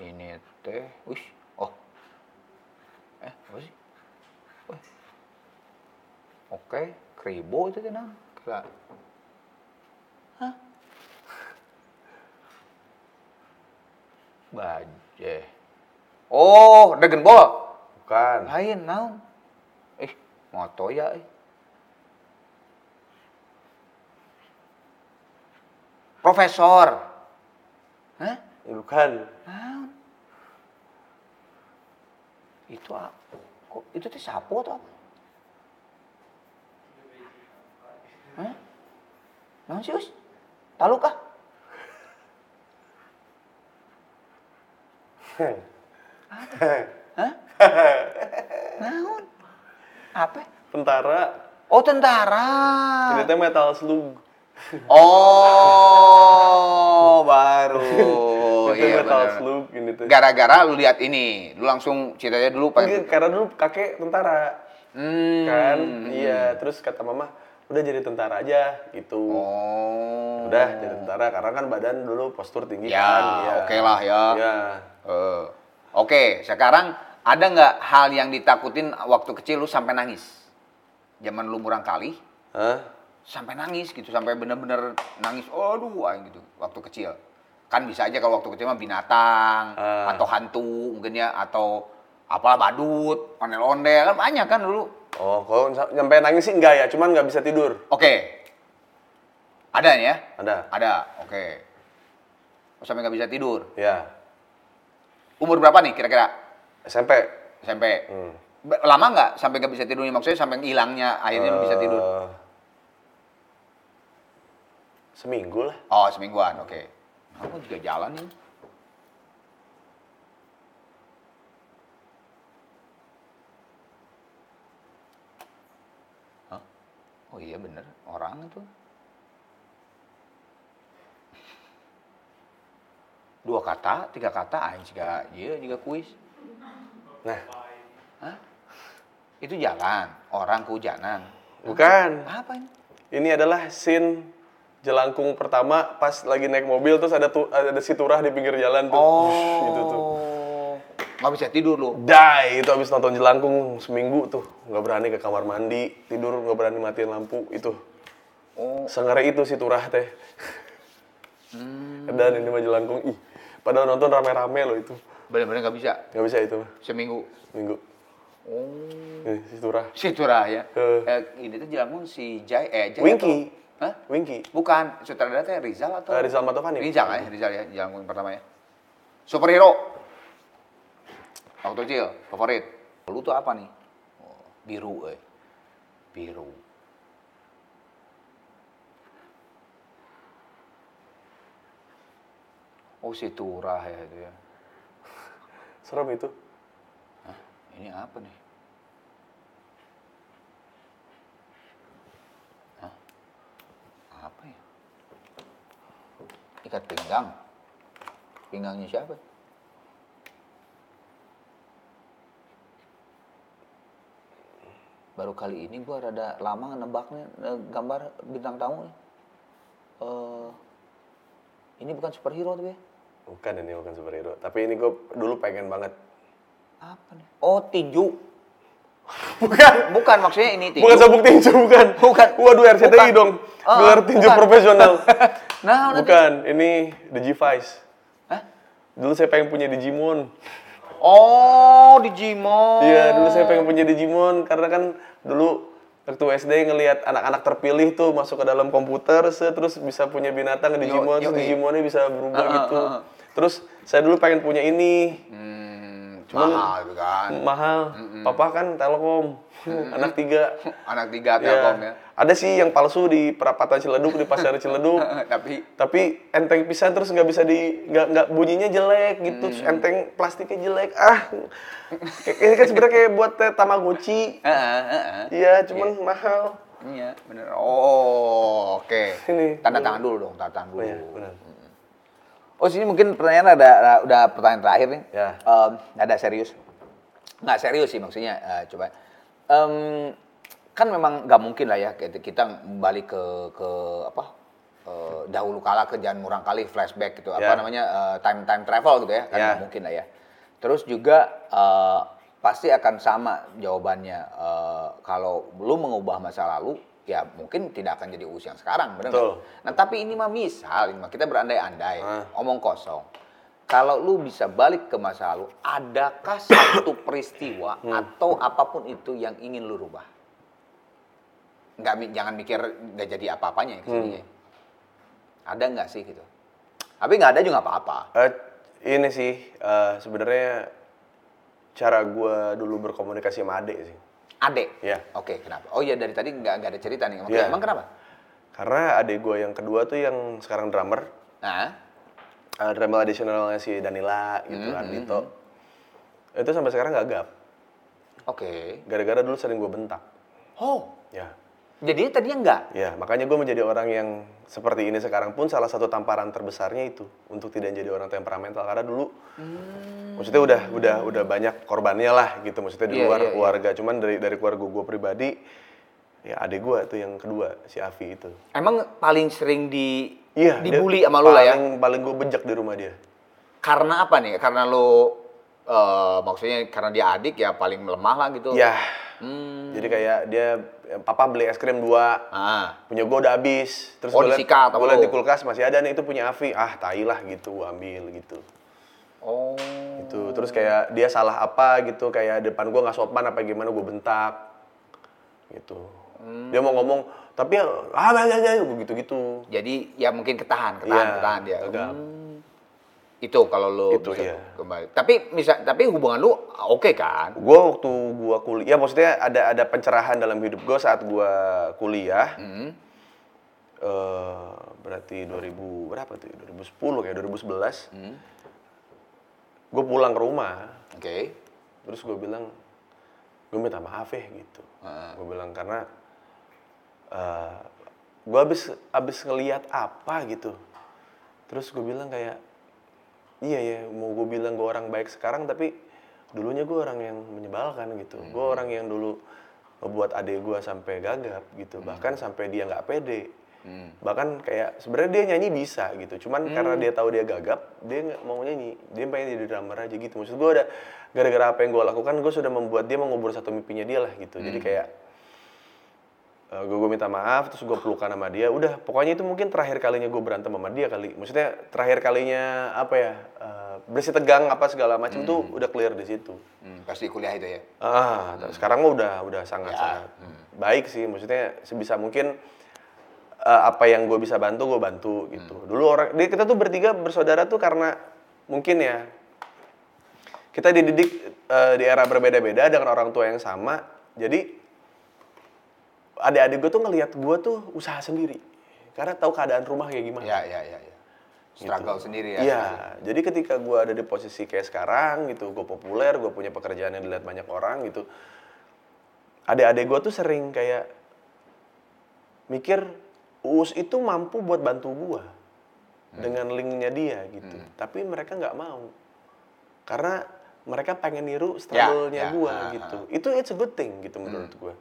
Speaker 2: Ini teh, wih, oh. Eh, apa sih? Wih. Oke, kribo itu tenang. Kira. Hah? Bajeh. Oh, Dragon Ball.
Speaker 1: Bukan.
Speaker 2: Lain naon? Eh, moto ya eh. Profesor. Hah?
Speaker 1: Ya, bukan.
Speaker 2: Naon? Itu apa? Kok itu teh sapu atau apa? Hah? Naon sih, Us? Taluk ah? Hah? Naon? Apa?
Speaker 1: Tentara.
Speaker 2: Oh, tentara. Ah.
Speaker 1: Ini teh metal slug.
Speaker 2: Oh, baru.
Speaker 1: Ini teh
Speaker 2: iya
Speaker 1: metal
Speaker 2: benar.
Speaker 1: slug ini teh.
Speaker 2: Gara-gara lu lihat ini, lu langsung ceritanya dulu
Speaker 1: Enggak,
Speaker 2: pengen.
Speaker 1: Karena dulu kakek tentara.
Speaker 2: gitu. Hmm.
Speaker 1: Kan? Iya, terus kata mama, udah jadi tentara aja gitu.
Speaker 2: Oh.
Speaker 1: Udah jadi tentara karena kan badan dulu postur tinggi
Speaker 2: Ya,
Speaker 1: kan.
Speaker 2: oke lah ya.
Speaker 1: Iya.
Speaker 2: Eh, Oke, sekarang ada nggak hal yang ditakutin waktu kecil lu sampai nangis? Zaman lu murang kali,
Speaker 1: Hah?
Speaker 2: sampai nangis gitu, sampai bener-bener nangis, aduh, aing gitu, waktu kecil. Kan bisa aja kalau waktu kecil mah binatang,
Speaker 1: Ah.
Speaker 2: atau hantu mungkin ya, atau apalah badut, ondel-ondel, kan banyak kan dulu.
Speaker 1: Oh, kalau nyam- nyampe nangis sih enggak ya, cuman nggak bisa tidur.
Speaker 2: Oke, ada ya?
Speaker 1: Ada.
Speaker 2: Ada, oke. Oh, Sampai nggak bisa tidur.
Speaker 1: Ya.
Speaker 2: Umur berapa nih kira-kira?
Speaker 1: SMP.
Speaker 2: SMP?
Speaker 1: Hmm.
Speaker 2: Be- lama nggak sampai nggak bisa tidurnya maksudnya sampai hilangnya akhirnya lu bisa tidur
Speaker 1: Eh, Seminggu lah.
Speaker 2: oh semingguan oke aku juga jalan nih Hah? oh iya bener orang itu dua kata tiga kata aing juga iya juga kuis
Speaker 1: Nah,
Speaker 2: Hah? itu jalan orang kehujanan
Speaker 1: bukan.
Speaker 2: apa ini
Speaker 1: Ini adalah scene jelangkung pertama pas lagi naik mobil terus ada tu, ada si turah di pinggir jalan tuh.
Speaker 2: Oh.
Speaker 1: gitu tuh.
Speaker 2: Nggak bisa tidur lu.
Speaker 1: Die, itu abis nonton jelangkung seminggu tuh. nggak berani ke kamar mandi, tidur nggak berani matiin lampu itu.
Speaker 2: Oh.
Speaker 1: Sengere itu si turah teh. Dan ini mah jelangkung ih. Padahal nonton rame-rame loh itu.
Speaker 2: Bener-bener nggak bisa.
Speaker 1: nggak bisa itu mah,
Speaker 2: Seminggu.
Speaker 1: seminggu.
Speaker 2: Oh.
Speaker 1: Nih, si turah.
Speaker 2: Si Turah ya.
Speaker 1: Eh.
Speaker 2: Eh, ini tuh jelangkung si Jai eh Jai
Speaker 1: Winky.
Speaker 2: atau- Hah?
Speaker 1: Winky.
Speaker 2: Bukan, sutradara teh Rizal atau
Speaker 1: Eh, Rizal Mantovani.
Speaker 2: Rizal ya, Rizal ya, jelangkung pertama ya. Superhero. Waktu kecil, favorit. Lu tuh apa nih? Oh, biru eh. Biru. Oh si Turah ya itu ya.
Speaker 1: Serem itu.
Speaker 2: Ini apa nih? Hah? Apa ya? Ikat pinggang. Pinggangnya siapa? Baru kali ini gua rada lama nebaknya gambar bintang tamu nih. Eh, ini bukan superhero tapi ya?
Speaker 1: Bukan ini bukan superhero, tapi ini gue dulu pengen banget.
Speaker 2: Apa nih? Oh, tinju.
Speaker 1: Bukan.
Speaker 2: Bukan maksudnya ini tinju.
Speaker 1: Bukan sabuk tinju, bukan.
Speaker 2: Bukan.
Speaker 1: Waduh, RCTI
Speaker 2: Bukan.
Speaker 1: dong.
Speaker 2: Ah,
Speaker 1: Gelar tinju
Speaker 2: bukan.
Speaker 1: profesional.
Speaker 2: nah, nanti-
Speaker 1: bukan, ini The G-Vice.
Speaker 2: Hah?
Speaker 1: Dulu saya pengen punya Digimon.
Speaker 2: Oh, Digimon.
Speaker 1: Iya, dulu saya pengen punya Digimon karena kan dulu waktu SD ngelihat anak-anak terpilih tuh masuk ke dalam komputer, set, terus bisa punya binatang Digimon, terus
Speaker 2: yoi.
Speaker 1: Digimonnya bisa berubah
Speaker 2: Ah, ah,
Speaker 1: gitu.
Speaker 2: ah, ah.
Speaker 1: Terus saya dulu pengen punya ini,
Speaker 2: Hmm,
Speaker 1: Cuman-
Speaker 2: mahal itu kan.
Speaker 1: mahal. Papa kan Telkom, anak tiga.
Speaker 2: Anak tiga
Speaker 1: Iya.
Speaker 2: Telkom ya.
Speaker 1: Ada sih yang palsu di perapatan Ciledug di pasar Ciledug.
Speaker 2: Tapi
Speaker 1: tapi enteng pisan terus nggak bisa di nggak nggak bunyinya jelek gitu terus enteng plastiknya jelek ah Kayak- ini kan sebenarnya kayak buat teh tamagotchi
Speaker 2: eh, eh, eh, eh.
Speaker 1: iya cuman mahal
Speaker 2: Iya, bener. Oh, oke.
Speaker 1: Sini.
Speaker 2: Tanda tangan dulu dong, tanda tangan dulu.
Speaker 1: iya benar
Speaker 2: Oh, sini mungkin pertanyaan ada, ada- udah pertanyaan terakhir nih.
Speaker 1: Ya.
Speaker 2: Em, ada serius. Nggak serius sih maksudnya, eh, coba. em, kan memang nggak mungkin lah ya kita- kita balik ke ke apa eh, dahulu kala ke jangan murang kali flashback gitu apa
Speaker 1: Ya.
Speaker 2: namanya eh, time time travel gitu ya kan
Speaker 1: Ya.
Speaker 2: nggak mungkin lah ya terus juga eh, pasti akan sama jawabannya Eh, kalau lu mengubah masa lalu ya mungkin tidak akan jadi us yang sekarang bener nggak?
Speaker 1: Betul.
Speaker 2: nah tapi ini mah misal ini mah kita berandai-andai
Speaker 1: Ah.
Speaker 2: omong kosong. Kalau lu bisa balik ke masa lalu, adakah satu peristiwa
Speaker 1: Hmm.
Speaker 2: atau apapun itu yang ingin lu rubah? Nggak, mi- jangan mikir nggak jadi apa-apanya ya kesininya.
Speaker 1: Hmm.
Speaker 2: Ada nggak sih gitu? Tapi nggak ada juga nggak apa-apa.
Speaker 1: Eh, ini sih eh, sebenarnya cara gua dulu berkomunikasi sama Ade sih.
Speaker 2: Ade?
Speaker 1: Iya.
Speaker 2: Oke, kenapa? Oh iya dari tadi nggak nggak ada cerita nih. Oke,
Speaker 1: Iya.
Speaker 2: emang kenapa?
Speaker 1: Karena Ade gua yang kedua tuh yang sekarang drummer,
Speaker 2: Nah,
Speaker 1: eh, drummer additionalnya si Danila gitu, Ardito. Itu sampai sekarang gagap.
Speaker 2: oke.
Speaker 1: Gara-gara dulu sering gua bentak.
Speaker 2: Oh,
Speaker 1: Ya.
Speaker 2: jadinya tadinya nggak?
Speaker 1: Ya, makanya gue menjadi orang yang seperti ini sekarang pun salah satu tamparan terbesarnya itu untuk tidak jadi orang temperamental karena dulu maksudnya udah udah udah banyak korbannya lah gitu maksudnya di
Speaker 2: Hmm. Iya,
Speaker 1: luar
Speaker 2: iya, iya.
Speaker 1: keluarga cuman dari dari keluarga gue pribadi ya adik gue tuh yang kedua si Avi itu
Speaker 2: Emang paling sering di
Speaker 1: iya dia
Speaker 2: dibully sama lu lah ya?
Speaker 1: paling paling gue bejek di rumah dia
Speaker 2: Karena apa nih? Karena lo eh, maksudnya karena dia adik ya paling melemah lah gitu.
Speaker 1: ya
Speaker 2: Hmm.
Speaker 1: jadi kayak dia papa beli es krim dua
Speaker 2: Ah.
Speaker 1: punya gue udah habis terus
Speaker 2: Oh,
Speaker 1: gue liat-
Speaker 2: disikat sama
Speaker 1: gue liat
Speaker 2: lu.
Speaker 1: di kulkas masih ada nih itu punya Avi ah tai lah gitu gua ambil gitu
Speaker 2: Oh.
Speaker 1: gitu terus kayak dia salah apa gitu kayak depan gua nggak sopan apa gimana gue bentak gitu
Speaker 2: Hmm.
Speaker 1: dia mau ngomong tapi ah gitu gitu
Speaker 2: Jadi ya mungkin ketahan, ketahan,
Speaker 1: Iya,
Speaker 2: ketahan dia.
Speaker 1: agak.
Speaker 2: Hmm. Itu kalau lo
Speaker 1: Itu,
Speaker 2: bisa
Speaker 1: iya.
Speaker 2: kembali. Tapi misal tapi hubungan lu oke kan?
Speaker 1: gue waktu gua kuliah ya maksudnya ada ada pencerahan dalam hidup gue saat gua kuliah
Speaker 2: Hmm.
Speaker 1: eh berarti 2000 berapa tuh ya? 2010 kayak 2011
Speaker 2: Hmm.
Speaker 1: gue pulang ke rumah
Speaker 2: Oke.
Speaker 1: terus gue bilang gue minta maaf ya gitu
Speaker 2: Heeh.
Speaker 1: gue bilang karena eh gue abis abis ngelihat apa gitu terus gue bilang kayak iya ya mau gue bilang gue orang baik sekarang tapi dulunya gue orang yang menyebalkan gitu gue orang yang dulu ngebuat adik gue sampai gagap gitu bahkan sampai dia nggak pede
Speaker 2: Hmm.
Speaker 1: bahkan kayak sebenarnya dia nyanyi bisa gitu cuman karena dia tahu dia gagap dia nggak mau nyanyi dia pengen jadi drummer aja gitu maksud gue ada gara-gara apa yang gue lakukan gue sudah membuat dia mengubur satu mimpinya dia lah gitu jadi kayak gue Eh, minta maaf terus gue pelukan sama dia udah pokoknya itu mungkin terakhir kalinya gue berantem sama dia kali maksudnya terakhir kalinya apa ya eh, bersih tegang apa segala macam tuh udah clear di situ
Speaker 2: Hmm, pasti kuliah itu ya.
Speaker 1: Ah, sekarang mah udah udah sangat sangat baik sih. Maksudnya sebisa mungkin eh, apa yang gue bisa bantu gue bantu gitu. Dulu orang dia- kita tuh bertiga bersaudara tuh karena mungkin ya kita dididik eh, di era berbeda-beda dengan orang tua yang sama. Jadi adik-adik gue tuh ngelihat gue tuh usaha sendiri karena tahu keadaan rumah kayak gimana.
Speaker 2: Ya, ya, ya, ya. Struggle sendiri ya.
Speaker 1: Gitu. Iya, jadi ketika gua ada di posisi kayak sekarang gitu, gue populer, gue punya pekerjaan yang dilihat banyak orang gitu. Adik-adik gue tuh sering kayak mikir Uus itu mampu buat bantu gua
Speaker 2: Hmm.
Speaker 1: dengan linknya dia gitu, tapi mereka nggak mau karena mereka pengen niru struggle-nya
Speaker 2: ya,
Speaker 1: gua
Speaker 2: ah,
Speaker 1: gitu. Itu it's a good thing gitu
Speaker 2: Hmm.
Speaker 1: menurut gua.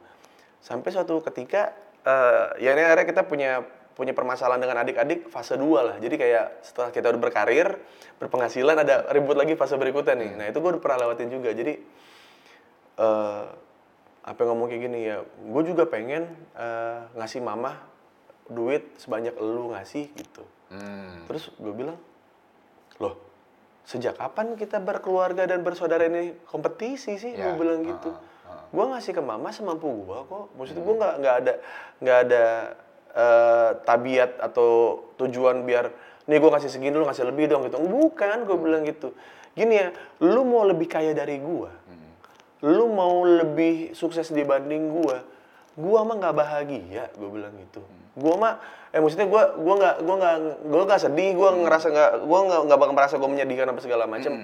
Speaker 1: Sampai suatu ketika eh ya ini akhirnya kita punya punya permasalahan dengan adik-adik fase 2 lah. Jadi kayak setelah kita udah berkarir, berpenghasilan ada
Speaker 2: Hmm.
Speaker 1: ribut lagi fase berikutnya nih. Nah, itu gua udah pernah lewatin juga. Jadi eh apa yang ngomong kayak gini ya, gue juga pengen eh, ngasih mama duit sebanyak elu ngasih gitu.
Speaker 2: Hmm.
Speaker 1: Terus gue bilang, loh sejak kapan kita berkeluarga dan bersaudara ini kompetisi sih?
Speaker 2: Ya,
Speaker 1: Gue bilang
Speaker 2: ah,
Speaker 1: gitu.
Speaker 2: ah,
Speaker 1: Gue ngasih ke mama semampu gue kok. Maksud gue nggak nggak ada nggak ada eh, tabiat atau tujuan biar nih gue kasih segini lu ngasih lebih dong gitu. Bukan gue bilang gitu. Gini ya, lu mau lebih kaya dari gue, lu mau lebih sukses dibanding gue, gua mah nggak bahagia gue bilang gitu gua mah eh maksudnya gua gua nggak gua nggak gua nggak sedih gua ngerasa nggak gua nggak nggak bakal merasa gua menyedihkan apa segala macam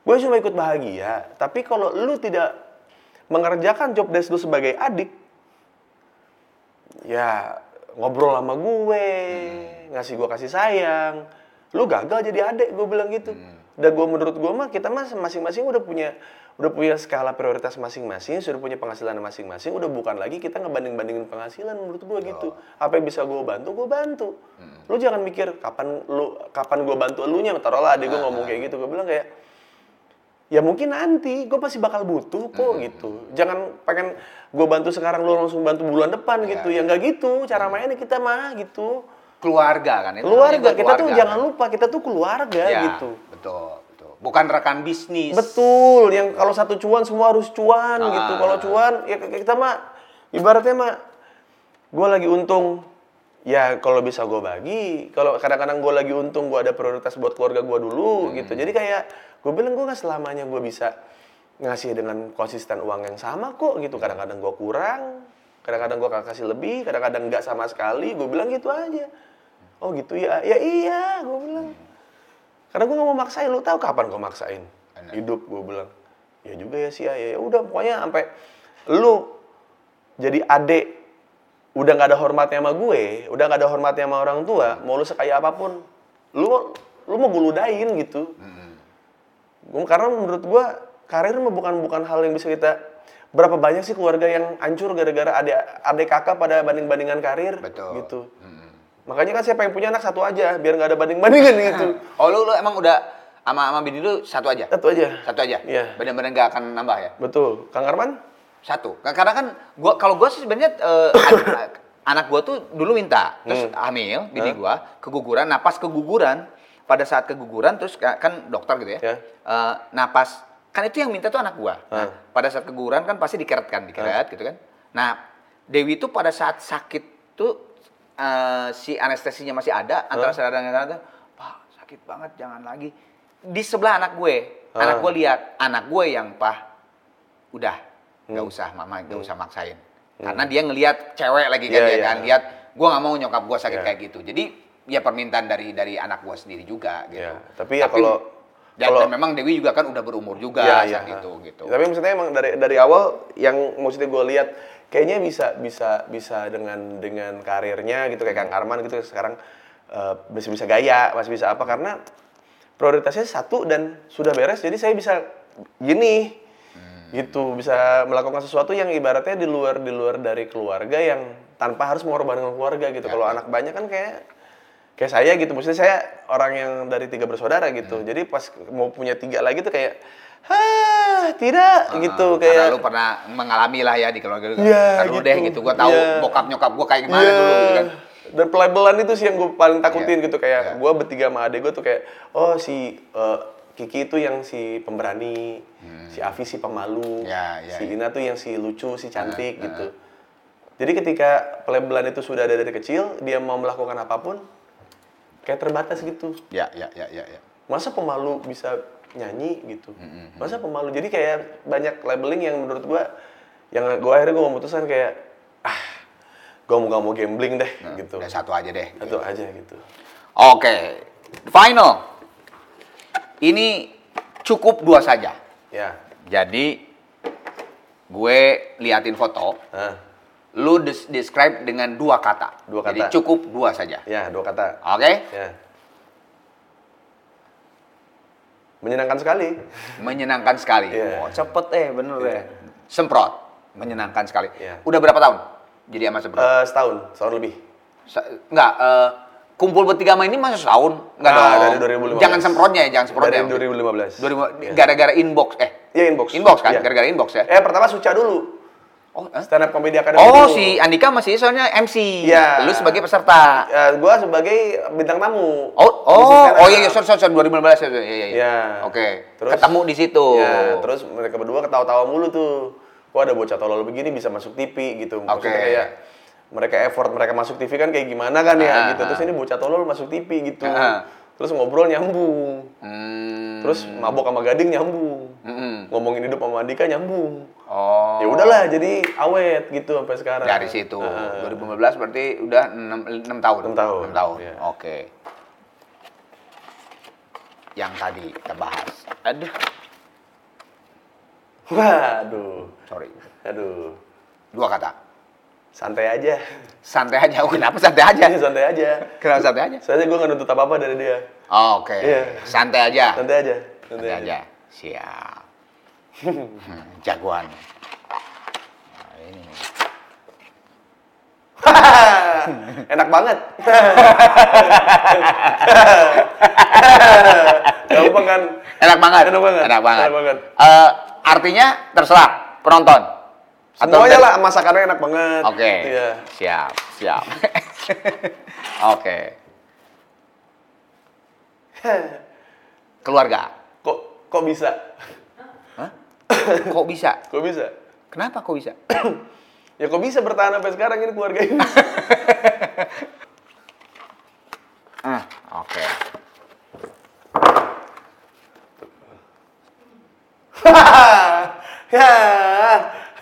Speaker 1: gua cuma ikut bahagia tapi kalau lu tidak mengerjakan job desk lu sebagai adik ya ngobrol sama gue ngasih gua kasih sayang lu gagal jadi adik gue bilang gitu dan gua menurut gua mah kita mah masing-masing udah punya udah punya skala prioritas masing-masing, sudah punya penghasilan masing-masing, udah bukan lagi kita ngebanding-bandingin penghasilan menurut gua gitu. Apa yang bisa gua bantu, gua bantu. Lu jangan mikir kapan lu kapan gua bantu elunya, taruhlah adik gua ngomong kayak gitu. Gua bilang kayak ya mungkin nanti gue pasti bakal butuh kok gitu jangan pengen gue bantu sekarang lo langsung bantu bulan depan gitu ya nggak gitu cara mainnya kita mah gitu
Speaker 2: Keluarga kan itu.
Speaker 1: keluarga
Speaker 2: namanya
Speaker 1: kita tuh
Speaker 2: keluarga,
Speaker 1: jangan
Speaker 2: kan?
Speaker 1: lupa kita tuh keluarga
Speaker 2: Ya,
Speaker 1: gitu
Speaker 2: Betul, betul. Bukan rekan bisnis.
Speaker 1: betul yang kalau satu cuan semua harus cuan gitu
Speaker 2: Ah.
Speaker 1: kalau cuan ya k- kita mah ibaratnya mah gue lagi untung ya kalau bisa gue bagi kalau kadang-kadang gue lagi untung gue ada prioritas buat keluarga gue dulu gitu jadi kayak gue bilang gue nggak selamanya gue bisa ngasih dengan konsisten uang yang sama kok gitu kadang-kadang gue kurang kadang-kadang gue kasih lebih kadang-kadang nggak sama sekali gue bilang gitu aja oh gitu ya ya iya gue bilang karena gue nggak mau maksain lu tahu kapan gue maksain
Speaker 2: Benar.
Speaker 1: hidup gue bilang ya juga ya sih ya ya udah pokoknya sampai lu jadi adek udah nggak ada hormatnya sama gue udah nggak ada hormatnya sama orang tua
Speaker 2: Hmm.
Speaker 1: mau lu sekaya apapun lu lu mau gue ludahin gitu
Speaker 2: Hmm.
Speaker 1: Gua- karena menurut gue karir mah bukan bukan hal yang bisa kita berapa banyak sih keluarga yang hancur gara-gara adik adik kakak pada banding-bandingan karir
Speaker 2: Betul.
Speaker 1: gitu
Speaker 2: Hmm.
Speaker 1: makanya kan saya pengen punya anak satu aja biar nggak ada banding-bandingan gitu
Speaker 2: Oh lu, lu emang udah sama sama bini lu satu aja?
Speaker 1: satu aja
Speaker 2: Satu aja?
Speaker 1: Iya.
Speaker 2: Bener-bener gak akan nambah ya?
Speaker 1: Betul. Kang Arman?
Speaker 2: Satu. Ka- Karena kan gua kalau gua sih sebenarnya eh, an- anak gua tuh dulu minta terus hamil bini gua keguguran napas keguguran pada saat keguguran terus ka- kan dokter gitu ya.
Speaker 1: Ya.
Speaker 2: Eh, napas kan itu yang minta tuh anak gua. Nah,
Speaker 1: Ah.
Speaker 2: pada saat keguguran kan pasti dikeret kan, dikeret gitu kan. Nah, Dewi tuh pada saat sakit tuh eh, si anestesinya masih ada antara sadar dan sadar, "Pak, sakit banget, jangan lagi." Di sebelah anak gue. Anak
Speaker 1: Ah.
Speaker 2: gue lihat, anak gue yang pah udah nggak
Speaker 1: Hmm.
Speaker 2: usah mama nggak usah maksain karena dia ngelihat cewek lagi kan
Speaker 1: Iya,
Speaker 2: dia
Speaker 1: iya.
Speaker 2: kan lihat gue nggak mau nyokap gue sakit
Speaker 1: Iya.
Speaker 2: kayak gitu jadi ya permintaan dari dari anak gue sendiri juga gitu
Speaker 1: Ya, tapi ya kalau-
Speaker 2: dan,
Speaker 1: kalau- Iya,
Speaker 2: dan memang Dewi juga kan udah berumur juga saat itu gitu
Speaker 1: Tapi maksudnya emang dari dari awal yang maksudnya gue lihat kayaknya bisa bisa bisa dengan dengan karirnya gitu kayak Kang Arman gitu sekarang eh, masih bisa gaya, masih bisa apa karena prioritasnya satu dan sudah beres jadi saya bisa gini.
Speaker 2: Hmm.
Speaker 1: Gitu bisa melakukan sesuatu yang ibaratnya di luar di luar dari keluarga yang tanpa harus mengorbankan keluarga
Speaker 2: Ya.
Speaker 1: gitu. Kalau anak banyak kan kayak kayak saya gitu maksudnya saya orang yang dari tiga bersaudara gitu
Speaker 2: Hmm.
Speaker 1: jadi pas mau punya tiga lagi tuh kayak hah tidak gitu
Speaker 2: Nah,
Speaker 1: kayak
Speaker 2: karena lu pernah mengalami lah ya di keluarga lu
Speaker 1: Iya,
Speaker 2: Ntar lu
Speaker 1: gitu.
Speaker 2: deh gitu gue tahu
Speaker 1: Iya.
Speaker 2: bokap nyokap gue kayak gimana dulu gitu
Speaker 1: Iya.
Speaker 2: kan
Speaker 1: dan pelabelan itu sih yang gue paling takutin
Speaker 2: Iya.
Speaker 1: gitu kayak
Speaker 2: Iya.
Speaker 1: gue bertiga sama adek gue tuh kayak oh si eh, Kiki itu yang si pemberani
Speaker 2: Hmm.
Speaker 1: si Avi si pemalu
Speaker 2: Iya, iya,
Speaker 1: si Ina tuh yang si lucu
Speaker 2: Ah,
Speaker 1: si cantik gitu jadi ketika pelabelan itu sudah ada dari kecil dia mau melakukan apapun kayak terbatas gitu
Speaker 2: ya ya ya ya, ya.
Speaker 1: masa pemalu bisa nyanyi gitu masa pemalu jadi kayak banyak labeling yang menurut gua yang gua akhirnya gua memutuskan kayak ah gua mau gak mau gambling deh gitu
Speaker 2: udah satu aja deh
Speaker 1: satu aja gitu
Speaker 2: oke final ini cukup dua saja
Speaker 1: ya
Speaker 2: Jadi gue liatin foto,
Speaker 1: nah
Speaker 2: lu des- describe dengan dua kata.
Speaker 1: Dua
Speaker 2: Jadi
Speaker 1: kata.
Speaker 2: cukup dua saja.
Speaker 1: ya dua kata
Speaker 2: Oke?
Speaker 1: ya menyenangkan sekali
Speaker 2: Menyenangkan sekali.
Speaker 1: Iya.
Speaker 2: Oh, cepet eh bener
Speaker 1: Iya.
Speaker 2: ya. Semprot. Menyenangkan sekali.
Speaker 1: Iya.
Speaker 2: Udah berapa tahun? Jadi sama semprot.
Speaker 1: Eh, setahun setahun lebih
Speaker 2: Sa- enggak eh, kumpul bertiga sama ini masih setahun. Enggak
Speaker 1: Nah,
Speaker 2: dong.
Speaker 1: dari 2015.
Speaker 2: Jangan semprotnya ya, jangan semprotnya.
Speaker 1: dari 2015
Speaker 2: 2000 gara-gara inbox eh
Speaker 1: ya inbox
Speaker 2: inbox kan?
Speaker 1: Iya.
Speaker 2: Gara-gara inbox ya.
Speaker 1: eh pertama suca dulu
Speaker 2: Oh, eh?
Speaker 1: stand up comedy academy
Speaker 2: Oh,
Speaker 1: dulu.
Speaker 2: si Andika masih soalnya MC.
Speaker 1: Iya.
Speaker 2: Lu sebagai peserta.
Speaker 1: Ya, gua sebagai bintang tamu.
Speaker 2: Oh,
Speaker 1: Di
Speaker 2: oh,
Speaker 1: stand
Speaker 2: oh
Speaker 1: up.
Speaker 2: iya, iya, sorry, sorry, sorry, 2015 ya, iya, iya, iya.
Speaker 1: Iya.
Speaker 2: Oke,
Speaker 1: Terus-
Speaker 2: ketemu di situ.
Speaker 1: Ya, terus mereka berdua ketawa-tawa mulu tuh. Kok ada bocah tolol begini bisa masuk TV gitu. Maksudnya
Speaker 2: Oke.
Speaker 1: kayak mereka effort mereka masuk TV kan kayak gimana kan ya
Speaker 2: Ah,
Speaker 1: gitu. Terus ini bocah tolol masuk TV gitu.
Speaker 2: Ah.
Speaker 1: Terus ngobrol nyambung.
Speaker 2: Hmm,
Speaker 1: Terus mabok sama gading nyambung.
Speaker 2: mm-mm.
Speaker 1: Ngomongin hidup sama Andika nyambung.
Speaker 2: oh,
Speaker 1: Ya udahlah jadi awet gitu sampai sekarang.
Speaker 2: dari situ.
Speaker 1: Ah.
Speaker 2: 2015 berarti udah 6, tahun.
Speaker 1: Enam tahun,
Speaker 2: Enam tahun.
Speaker 1: iya.
Speaker 2: Oke. Yang tadi kita bahas. Aduh,
Speaker 1: Waduh.
Speaker 2: sorry.
Speaker 1: Aduh.
Speaker 2: Dua kata.
Speaker 1: santai aja
Speaker 2: Santai aja. Oh, kenapa santai aja?
Speaker 1: Iya, santai aja
Speaker 2: Kenapa santai aja?
Speaker 1: soalnya gue nggak nuntut apa apa dari dia
Speaker 2: Oh, Oke.
Speaker 1: Iya.
Speaker 2: Santai aja.
Speaker 1: santai aja
Speaker 2: Santai
Speaker 1: Iya,
Speaker 2: aja. Siap. Hmm, Jagoan. Nah, ini nih.
Speaker 1: enak banget gampang kan
Speaker 2: Enak banget.
Speaker 1: Enak banget.
Speaker 2: Enak banget.
Speaker 1: Enak banget.
Speaker 2: Eh, artinya terserah penonton. Atau
Speaker 1: semuanya lah masakannya enak banget
Speaker 2: Oke.
Speaker 1: iya
Speaker 2: Siap, siap. Oke. Keluarga.
Speaker 1: kok kok bisa
Speaker 2: Hah? Kok bisa?
Speaker 1: kok bisa
Speaker 2: Kenapa kok bisa?
Speaker 1: ya kok bisa bertahan sampai sekarang ini keluarga ini
Speaker 2: Ah, oke.
Speaker 1: ya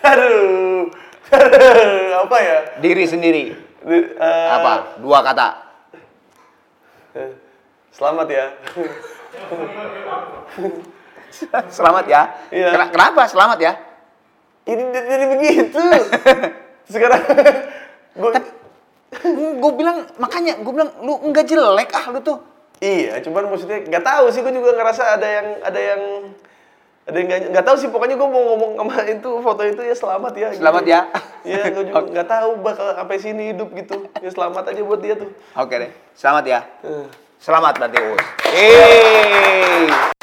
Speaker 1: aduh aduh apa ya
Speaker 2: Diri sendiri.
Speaker 1: Di- eh,
Speaker 2: Apa? Dua kata.
Speaker 1: selamat ya
Speaker 2: Selamat ya.
Speaker 1: Iya.
Speaker 2: Kena- Kenapa? Selamat ya.
Speaker 1: ini jadi jadi begitu sekarang gua
Speaker 2: Gue bilang makanya gue bilang lu nggak jelek ah lu tuh.
Speaker 1: iya cuman maksudnya nggak tahu sih gue juga ngerasa ada yang ada yang ada yang nggak- nggak tahu sih pokoknya gue mau ngomong sama itu foto itu ya selamat ya gitu.
Speaker 2: Selamat ya.
Speaker 1: Iya, gue juga nggak tahu bakal sampai sini hidup gitu. Ya selamat aja buat dia tuh.
Speaker 2: Oke deh. Selamat ya.
Speaker 1: Eh.
Speaker 2: Iya. Selamat berarti Uus. Yeay.